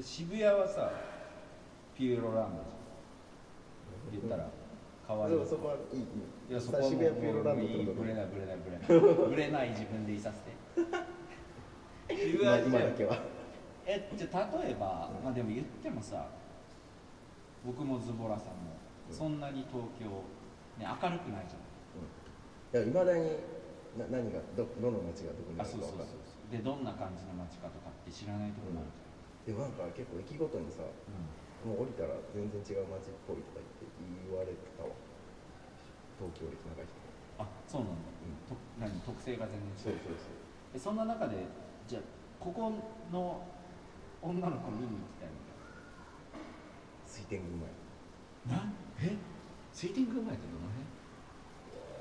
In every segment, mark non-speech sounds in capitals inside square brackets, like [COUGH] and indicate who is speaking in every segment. Speaker 1: 渋谷はさピューロランドじゃん言ったらかわいい
Speaker 2: そこはいいい
Speaker 1: いやそこはもう
Speaker 2: 渋谷ピューロランドって
Speaker 1: いい
Speaker 2: こと
Speaker 1: ぶ
Speaker 2: ね
Speaker 1: れないぶれないぶれないぶれない自分でいさせて渋
Speaker 2: 今
Speaker 1: 谷じ
Speaker 2: 今
Speaker 1: ゃ
Speaker 2: だけは
Speaker 1: えじゃあ例えば、まあでも言ってもさ僕もズボラさんも
Speaker 2: うん
Speaker 1: そんなに東京、ね、明るくないじゃん
Speaker 2: いやいまだにな何がどどの町がどこにあ
Speaker 1: あそ
Speaker 2: るか
Speaker 1: うそう
Speaker 2: 分かん
Speaker 1: そうで
Speaker 2: ない
Speaker 1: どんな感じの街かとかって知らないところもある
Speaker 2: でもなんか結構駅ごとにさ
Speaker 1: じゃ
Speaker 2: もう降りたら全然違う街っぽいとか言って言われたわ東京歴長い人
Speaker 1: ん、あそうなんだ、と何特性が全
Speaker 2: そ
Speaker 1: 然
Speaker 2: う
Speaker 1: 違う
Speaker 2: そう
Speaker 1: えそんな中でじゃあここの女の子見に行きたいみ
Speaker 2: そう水天宮前
Speaker 1: たいななえ水天宮前ってどの辺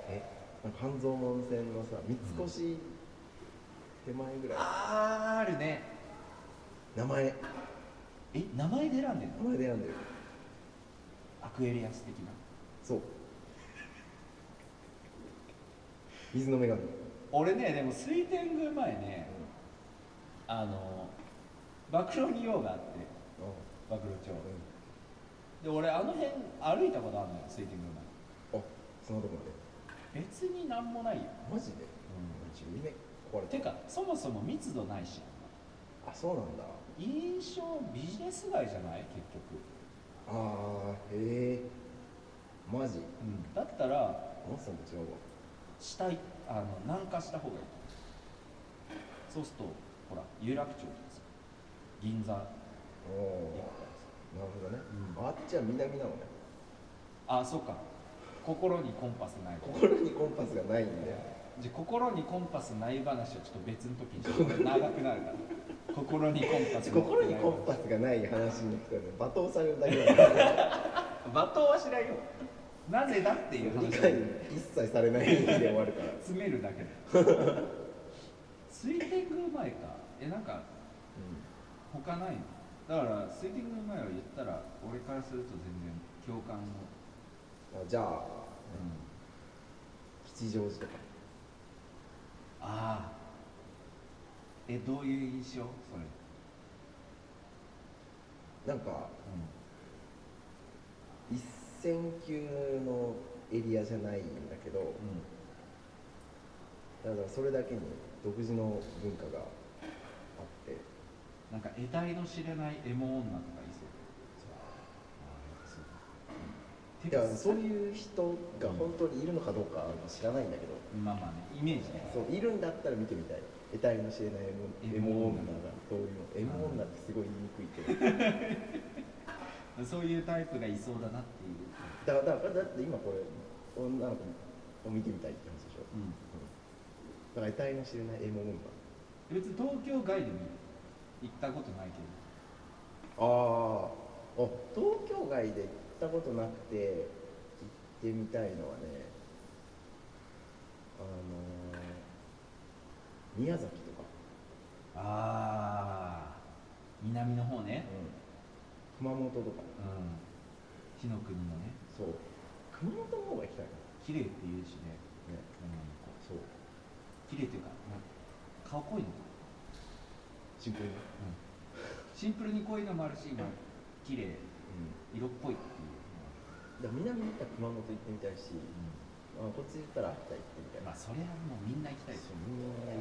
Speaker 2: えなんか半蔵門線のさ三越手前ぐらい、
Speaker 1: あーあるね
Speaker 2: 名前
Speaker 1: え名前で選んでんの
Speaker 2: 名前で選んでる
Speaker 1: アクエリアス的な
Speaker 2: そう水の女神
Speaker 1: 俺ねでも水天宮前ねあの暴露に用があって暴露町
Speaker 2: う
Speaker 1: で俺あの辺歩いたことあるのよ水天宮
Speaker 2: ん、あそのとこま
Speaker 1: 前別になんもないよ
Speaker 2: でマジでちょ夢壊れ
Speaker 1: て
Speaker 2: て
Speaker 1: かそもそも密度ないし
Speaker 2: あそうなんだ
Speaker 1: 印象ビジネス街じゃない結局、
Speaker 2: ああへえマ
Speaker 1: う
Speaker 2: ジ
Speaker 1: ん、だったら
Speaker 2: マスさんと違うわ
Speaker 1: 下いあの南下した方がいいそうするとほら有楽町とかさ銀座一
Speaker 2: おお
Speaker 1: 個とかさ
Speaker 2: なるほどね、
Speaker 1: うん
Speaker 2: あっちは南なのね
Speaker 1: あそうか心にコンパスない
Speaker 2: 心にコンパスがないんだよ
Speaker 1: じゃあ心にコンパスない話はちょっと別の時にしよう長くなるから [LAUGHS] 心にコンパス
Speaker 2: 心にコンパスがない話になったらね罵倒されるだけだから
Speaker 1: [LAUGHS]
Speaker 2: ね
Speaker 1: 罵倒はしないよなぜだっていう話
Speaker 2: 理解一切されないで終わるから
Speaker 1: 詰めるだ [LAUGHS] けだ水天宮前かえなんか他ないのだから水天宮前を言ったら俺からすると全然共感を、
Speaker 2: あじゃあ吉祥寺とか
Speaker 1: ああえどういう印象それ、
Speaker 2: なんか一線級のエリアじゃないんだけど、だからそれだけに独自の文化があって
Speaker 1: なんか得体の知れないエモ女とかいそう
Speaker 2: い
Speaker 1: てか
Speaker 2: やそういう人が本当にいるのかどうか知らないんだけど、
Speaker 1: まあまあねイメージね
Speaker 2: そういるんだったら見てみたい得体の知れないエモエモ女がそういうのエモ女ってすごい言いにくいけど
Speaker 1: そういうタイプがいそうだなっていう、
Speaker 2: だからだからだって今これ女の子を見てみたいって話でしょ、
Speaker 1: うん
Speaker 2: だから得体の知れないエモ女
Speaker 1: 別に東京外でも行ったことないけど
Speaker 2: あーあ東京外で行ったことなくて行ってみたいのはねあのー宮崎とか、
Speaker 1: ああ南の方ね
Speaker 2: 熊本とか
Speaker 1: うん火の国のね
Speaker 2: そう熊本の方が行きたいか
Speaker 1: 綺麗って言うしね
Speaker 2: なね
Speaker 1: 女の子
Speaker 2: そう
Speaker 1: 綺麗っていうかまあ顔濃いのか
Speaker 2: シンプルに、
Speaker 1: シンプルに濃いのもあるしまあ綺麗色っぽいっていう、
Speaker 2: だから南に行ったら熊本行ってみたいし、あ、こっち行ったら秋田行ってみたい
Speaker 1: まあ
Speaker 2: な、
Speaker 1: それはもうみんな行きたいです
Speaker 2: そ
Speaker 1: よ、
Speaker 2: う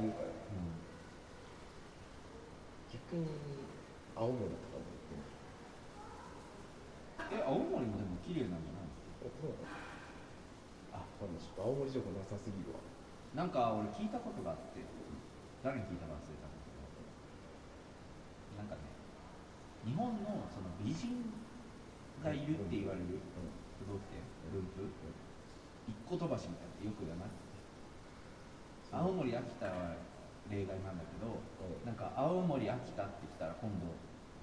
Speaker 2: みんな言うから逆に青森とかも行ってみた
Speaker 1: え
Speaker 2: い
Speaker 1: 青森もでも綺麗なんじゃない
Speaker 2: あそう
Speaker 1: あ
Speaker 2: なのわかんないちょっと青森情報なさすぎるわ
Speaker 1: なんか俺聞いたことがあって誰に聞いたか忘れたんだけどなんかね日本のその美人がいるって言われる
Speaker 2: うん
Speaker 1: 都道府県分布一個飛ばしみたいなよく言わない青森秋田は例外なんだけど
Speaker 2: う
Speaker 1: なんか青森秋田ってきたら今度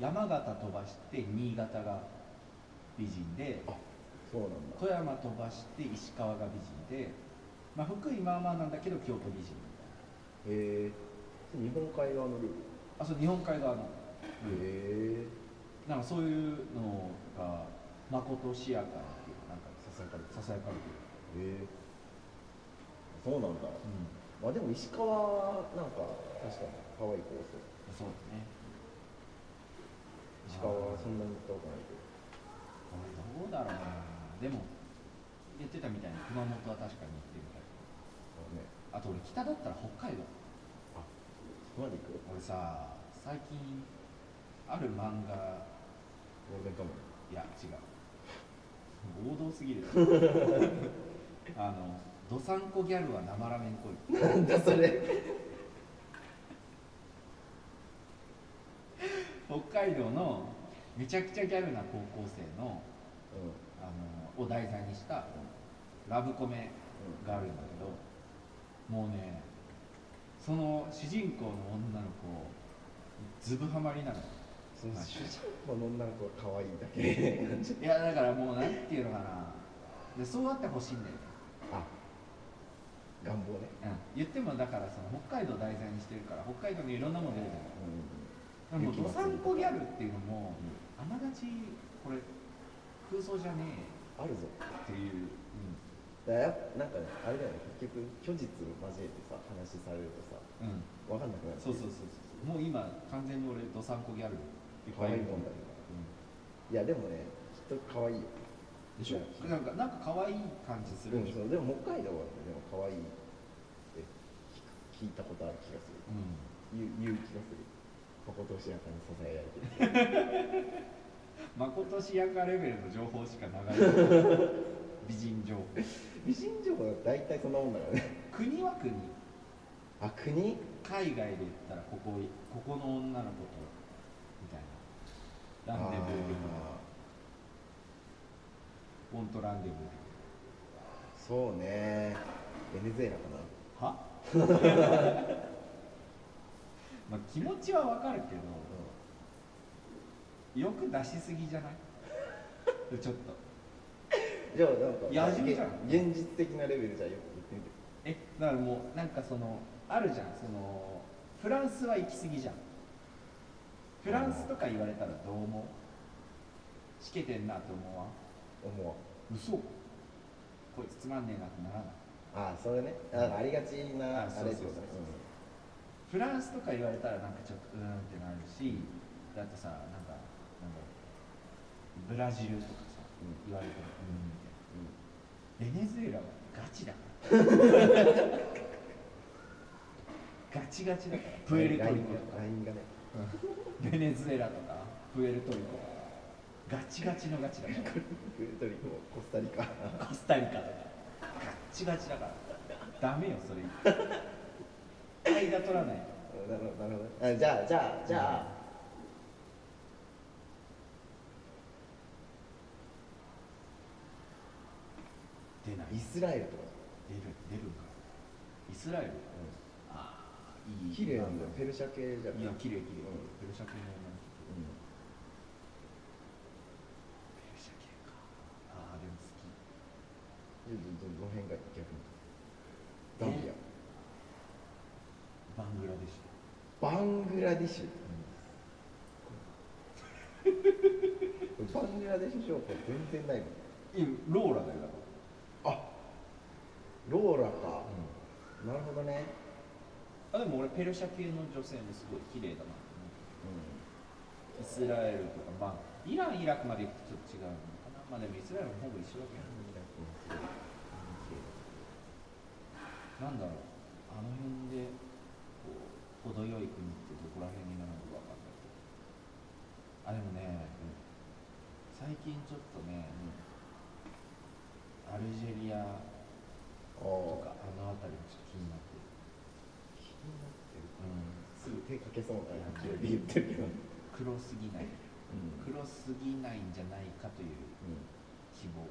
Speaker 1: 山形飛ばして新潟が美人で
Speaker 2: あそうなんだ
Speaker 1: 富山飛ばして石川が美人で、まあ、福井まあまあなんだけど京都美人みたいな
Speaker 2: へえ日本海側のルー
Speaker 1: あそう日本海側の
Speaker 2: ルへえ
Speaker 1: なんかそういうのがまことしやかにっていうなんか
Speaker 2: ささやかれて
Speaker 1: ささやかれてる、
Speaker 2: るへえそうなん
Speaker 1: う
Speaker 2: だ
Speaker 1: ん、
Speaker 2: まあでも石川なんか確かに可愛い子多
Speaker 1: そ
Speaker 2: そう
Speaker 1: うだね
Speaker 2: 石川はそんなに行ったことないけど
Speaker 1: 俺どうだろうなでも言ってたみたいに熊本は確かに行ってみたい
Speaker 2: そうね
Speaker 1: あと俺北だったら北海道
Speaker 2: そこまで行く
Speaker 1: 俺さ最近ある漫画
Speaker 2: ゴールデンカム
Speaker 1: いや違う王道すぎる [LAUGHS] あの「どさんこギャルはなまらめんこい」
Speaker 2: イなんだそれ
Speaker 1: 北海道のめちゃくちゃギャルな高校生の
Speaker 2: うん
Speaker 1: あのを題材にしたラブコメがあるんだけどもうねその主人公の女の子ずぶハマりなの
Speaker 2: その主人公の女の子が可愛いだけ
Speaker 1: いやだからもうなんていうのかなでそうあってほしいんだよね
Speaker 2: あ願望ね
Speaker 1: うん言ってもだからその北海道題材にしてるから北海道にいろんなもの出るじゃないでも
Speaker 2: 雪
Speaker 1: ど
Speaker 2: が
Speaker 1: さんこギャルっていうのも
Speaker 2: うん
Speaker 1: あながちこれ空想じゃね
Speaker 2: あるぞ
Speaker 1: えっていう、
Speaker 2: だからやっぱなんかねあれだよね結局虚実を交えてさ話されるとさ
Speaker 1: うんうん、
Speaker 2: 分かんなくなる
Speaker 1: そうそうそうそうもう今完全に俺どさんこギャルいっ
Speaker 2: 可
Speaker 1: ぱいい
Speaker 2: 愛い
Speaker 1: る
Speaker 2: もんだけどいやでもねきっと可愛いよ
Speaker 1: でしょ
Speaker 2: うん
Speaker 1: なんかなんか可愛い感じするでしょ、
Speaker 2: そうでも北海道はねでも可愛いって聞く聞いたことある気がする
Speaker 1: うん
Speaker 2: 言う言う気がするまことしやかに支えられてる
Speaker 1: まことしやかレベルの情報しか流れて [LAUGHS] ない美人情報
Speaker 2: 美人情報は大体そんなもんだから
Speaker 1: [LAUGHS]
Speaker 2: ね
Speaker 1: 国は国
Speaker 2: あ国
Speaker 1: 海外で言ったらここここの女の子とみたいなランデブー的なオントランデブー的
Speaker 2: あーそうねベネズエラかな
Speaker 1: なは [LAUGHS] まあ気持ちはわかるけど
Speaker 2: う
Speaker 1: よく出しすぎじゃない [LAUGHS] ちょっと
Speaker 2: んじゃあなんか
Speaker 1: いや味見じゃん
Speaker 2: 現実的なレベルじゃよく言ってみて
Speaker 1: えだからもうなんかそのあるじゃんそのフランスは行き過ぎじゃんフランスとか言われたらどう思うしけてんなって思わん
Speaker 2: 思わん
Speaker 1: 嘘こいつつまんねえなってならない
Speaker 2: ああそれねあありがちなあ
Speaker 1: あ
Speaker 2: れ
Speaker 1: そうそうそうそうフランスとか言われたらなんかちょっとうーんってなるしだとさなんかなんだろうブラジルとかさ言われてもうーんみたいなベネズエラはガチだから [LAUGHS] ガチガチだからプエルトリコと
Speaker 2: ラインがね
Speaker 1: かベネズエラとかプエルトリコガチガチのガチだか
Speaker 2: プエルトリココスタリカ [LAUGHS]
Speaker 1: らコスタリカとかガッチガチだからダメよそれ間取らないと
Speaker 2: なるほどなるほどあじゃあじゃあじゃあ、
Speaker 1: 出ない
Speaker 2: イスラエルとか
Speaker 1: 出る出るんかイスラエルああいい
Speaker 2: 綺麗なんだよ
Speaker 1: い
Speaker 2: ペルシャ系じゃん
Speaker 1: や綺麗綺麗
Speaker 2: うん
Speaker 1: ペルシャ系の女の子
Speaker 2: う
Speaker 1: ペルシャ系かああでも好き
Speaker 2: んどどどの辺が逆にダンビア
Speaker 1: バングラデシュ
Speaker 2: バングラディッシュ [LAUGHS] バングラディッシュ情報全然ないもん
Speaker 1: いやローラだよだか
Speaker 2: あローラか
Speaker 1: ら、
Speaker 2: なるほどね
Speaker 1: あでも俺ペルシャ系の女性もすごい綺麗だなと思うイスラエルとかまあイランイラクまで行くとちょっと違うのかなまあでもイスラエルもほぼ一緒だけどなんだろうあの辺でこう程よい国ってどこら辺になるのか分かんないけどあでもね、最近ちょっとねアルジェリア
Speaker 2: ああ
Speaker 1: とかあの辺りもちょっと気になってる、
Speaker 2: 気になってる
Speaker 1: うん、
Speaker 2: すぐ手かけそうな勢いで言ってるけどう
Speaker 1: 黒
Speaker 2: ん
Speaker 1: すぎない黒すぎないんじゃないかという希望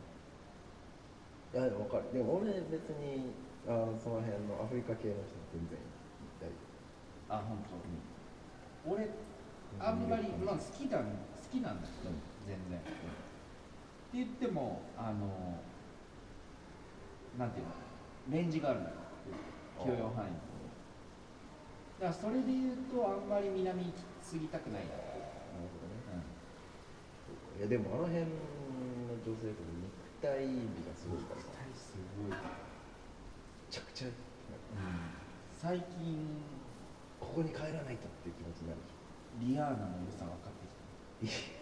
Speaker 2: いやでも分かるでも俺別にあのその辺のアフリカ系の人全然大丈
Speaker 1: あ本当、俺
Speaker 2: 夫
Speaker 1: あんまり、
Speaker 2: う
Speaker 1: まあ、好きだ好きなんだけど、
Speaker 2: うん
Speaker 1: 全然、って言ってもあのなんていうのレンジがあるんだよ許容範囲だからそれで言うとあんまり南行き過ぎたくないなっていう、
Speaker 2: なるほどね
Speaker 1: うん
Speaker 2: いやでもあの辺の女性とか肉体美がすごいからさめ
Speaker 1: すごい、
Speaker 2: ちゃくちゃ
Speaker 1: 最近
Speaker 2: ここに帰らないとっていう気持ちになるでし
Speaker 1: リアーナの良さ分かってきた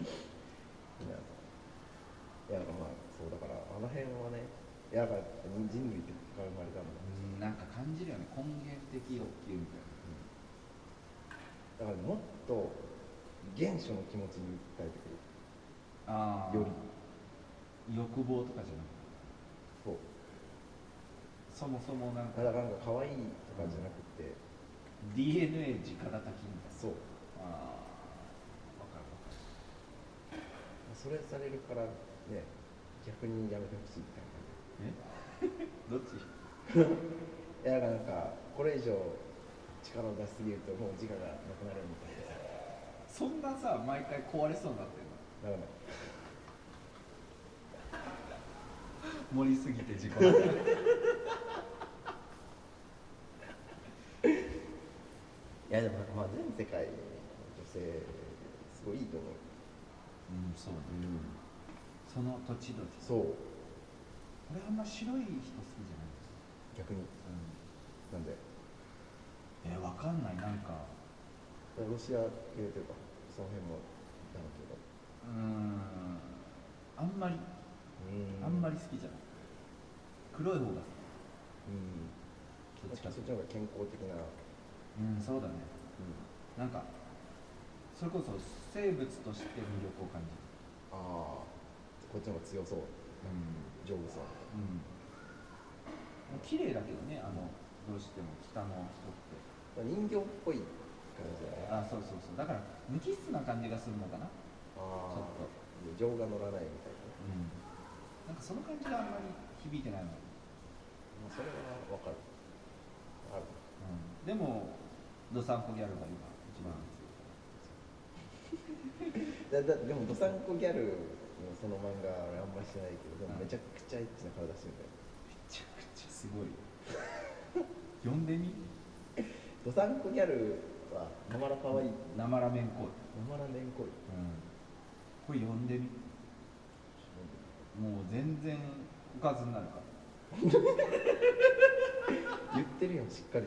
Speaker 2: いやいやまあそうだからあの辺はねいやだから人類って生まれたんだ
Speaker 1: うんなんか感じるよね根源的欲求みたい
Speaker 2: だからもっと原初の気持ちに訴えてくる
Speaker 1: な、ああ
Speaker 2: より
Speaker 1: 欲望とかじゃなくて
Speaker 2: そう
Speaker 1: そもそもなんか
Speaker 2: ただなんか可愛いとかじゃなくて、
Speaker 1: DNA 直叩きみたいな
Speaker 2: そう
Speaker 1: ああわかるわかる
Speaker 2: それされるからね逆にやめてほしいみたい
Speaker 1: え
Speaker 2: な
Speaker 1: [LAUGHS] どっち
Speaker 2: いやなんかこれ以上力を出しすぎるともう自我がなくなるみたいな
Speaker 1: そんなさ毎回壊れそうになってるの
Speaker 2: ならない
Speaker 1: 盛りすぎて自 [LAUGHS] 己満
Speaker 2: いやでもなんかまあ全世界の女性すごいいいと思う
Speaker 1: うんそうねその土地土地
Speaker 2: そう
Speaker 1: 俺あんま白い人好きじゃない
Speaker 2: 逆になんで
Speaker 1: えわかんないなんか
Speaker 2: ロシア系というかその辺もなんていうか
Speaker 1: うーんあんまりあんまり好きじゃない黒い方が好
Speaker 2: うん
Speaker 1: きどっち
Speaker 2: そ
Speaker 1: か
Speaker 2: っ
Speaker 1: って
Speaker 2: ち
Speaker 1: いうと
Speaker 2: の方が健康的な、
Speaker 1: うんそうだねなんかそれこそ生物として魅力を感じる
Speaker 2: ああこっちの方が強そう
Speaker 1: う
Speaker 2: 丈夫そう
Speaker 1: うん、綺麗だけどねあのどうしても北の人って
Speaker 2: 人形っぽい感じだね
Speaker 1: あそうそうそうだから無機質な感じがするのかな
Speaker 2: あ
Speaker 1: ちょっと
Speaker 2: あ情が乗らないみたいな
Speaker 1: うんなんかその感じがあんまり響いてないの、う
Speaker 2: まあそれはわかるある
Speaker 1: ん、でもドサンコギャルが今一番
Speaker 2: [LAUGHS] だだでもどさんこギャルのその漫画俺あんまり知らないけどでも
Speaker 1: うん
Speaker 2: めちゃくちゃエッチな体してるんだよ
Speaker 1: めちゃくちゃすごいよ [LAUGHS] 呼んでみ
Speaker 2: どさんこギャルはなまらかわいいな
Speaker 1: なまらめんこい、
Speaker 2: まらねんこい
Speaker 1: これ呼んでみもう全然おかずになるから
Speaker 2: 言ってるよしっかり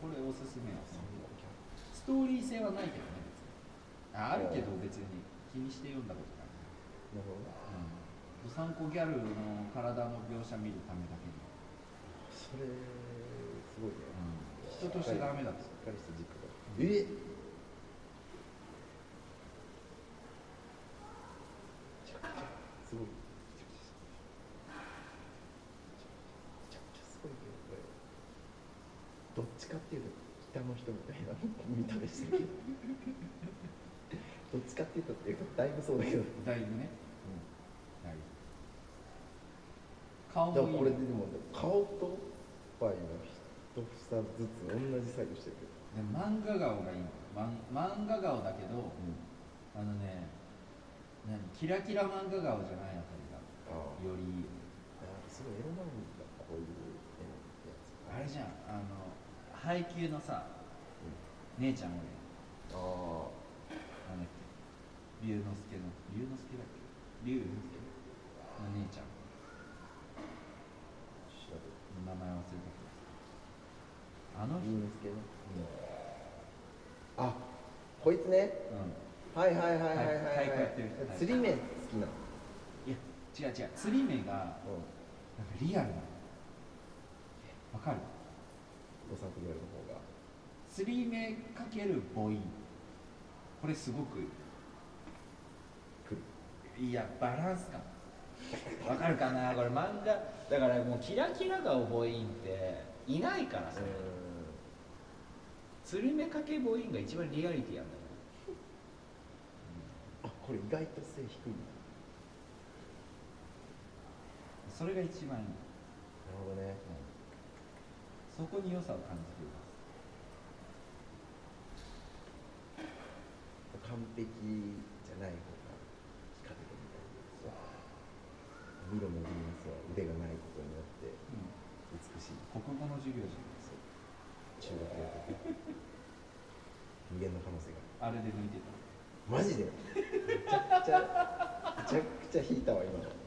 Speaker 1: これおすすめよストーリー性はないけどね別にああるけど別に気にして読んだことない
Speaker 2: なるほど
Speaker 1: ドサンコギャルの体の描写見るためだけに、
Speaker 2: それすごいね、
Speaker 1: 人としてダメだと
Speaker 2: しっかりした軸が、
Speaker 1: うん
Speaker 2: えめちゃくちゃすごいめちゃくちゃめちゃくちゃすごいけどこれどっちかっていうと北の人みたいな見た目してるけ [LAUGHS] どどっちかっていうとっていうかだいぶそうだけど、
Speaker 1: だいぶねだいぶ顔
Speaker 2: で
Speaker 1: もいい
Speaker 2: も
Speaker 1: よ
Speaker 2: これででも顔とおっぱいの一房ずつ同じ作業してるけど、
Speaker 1: で漫画顔がいいのマン漫画顔だけどあのね何キラキラ漫画顔じゃないあたりが
Speaker 2: ああ
Speaker 1: よりいいよ
Speaker 2: なんかすごいエロ漫画だこういう絵のやつ
Speaker 1: あれじゃんあの配給のさ
Speaker 2: うん
Speaker 1: 姉ちゃん俺
Speaker 2: あ
Speaker 1: なんだっけ龍之介の龍之介だっけ龍之介の姉ちゃん
Speaker 2: あ調べて
Speaker 1: 名前忘れたけどあの人、
Speaker 2: 龍之介ねあこいつね
Speaker 1: う
Speaker 2: はいはいはいはいはい
Speaker 1: はいはいこうやってる
Speaker 2: はい釣り目好きなの
Speaker 1: ん、いや違う違う釣り目がなんかリアルなのわかる
Speaker 2: うんお散歩ギャルの方が
Speaker 1: 釣り目かける母音これすごく
Speaker 2: 来る
Speaker 1: いやバランス感わかるかなこれ漫画だからもうキラキラが母音っていないからさ、釣り目かけ母音が一番リアリティやんだよ
Speaker 2: あこれ意外と背低いな
Speaker 1: それが一番いい、
Speaker 2: なるほどね
Speaker 1: そこに良さを感じています
Speaker 2: 完璧じゃない方が光るみたいなミロのヴィーナスは腕がないことによって美しい
Speaker 1: 国語の授業じ
Speaker 2: [LAUGHS] 中学やとか無限の可能性が
Speaker 1: ゃんあれで抜いてた
Speaker 2: マジでめちゃくちゃめちゃくちゃ引いたわ今の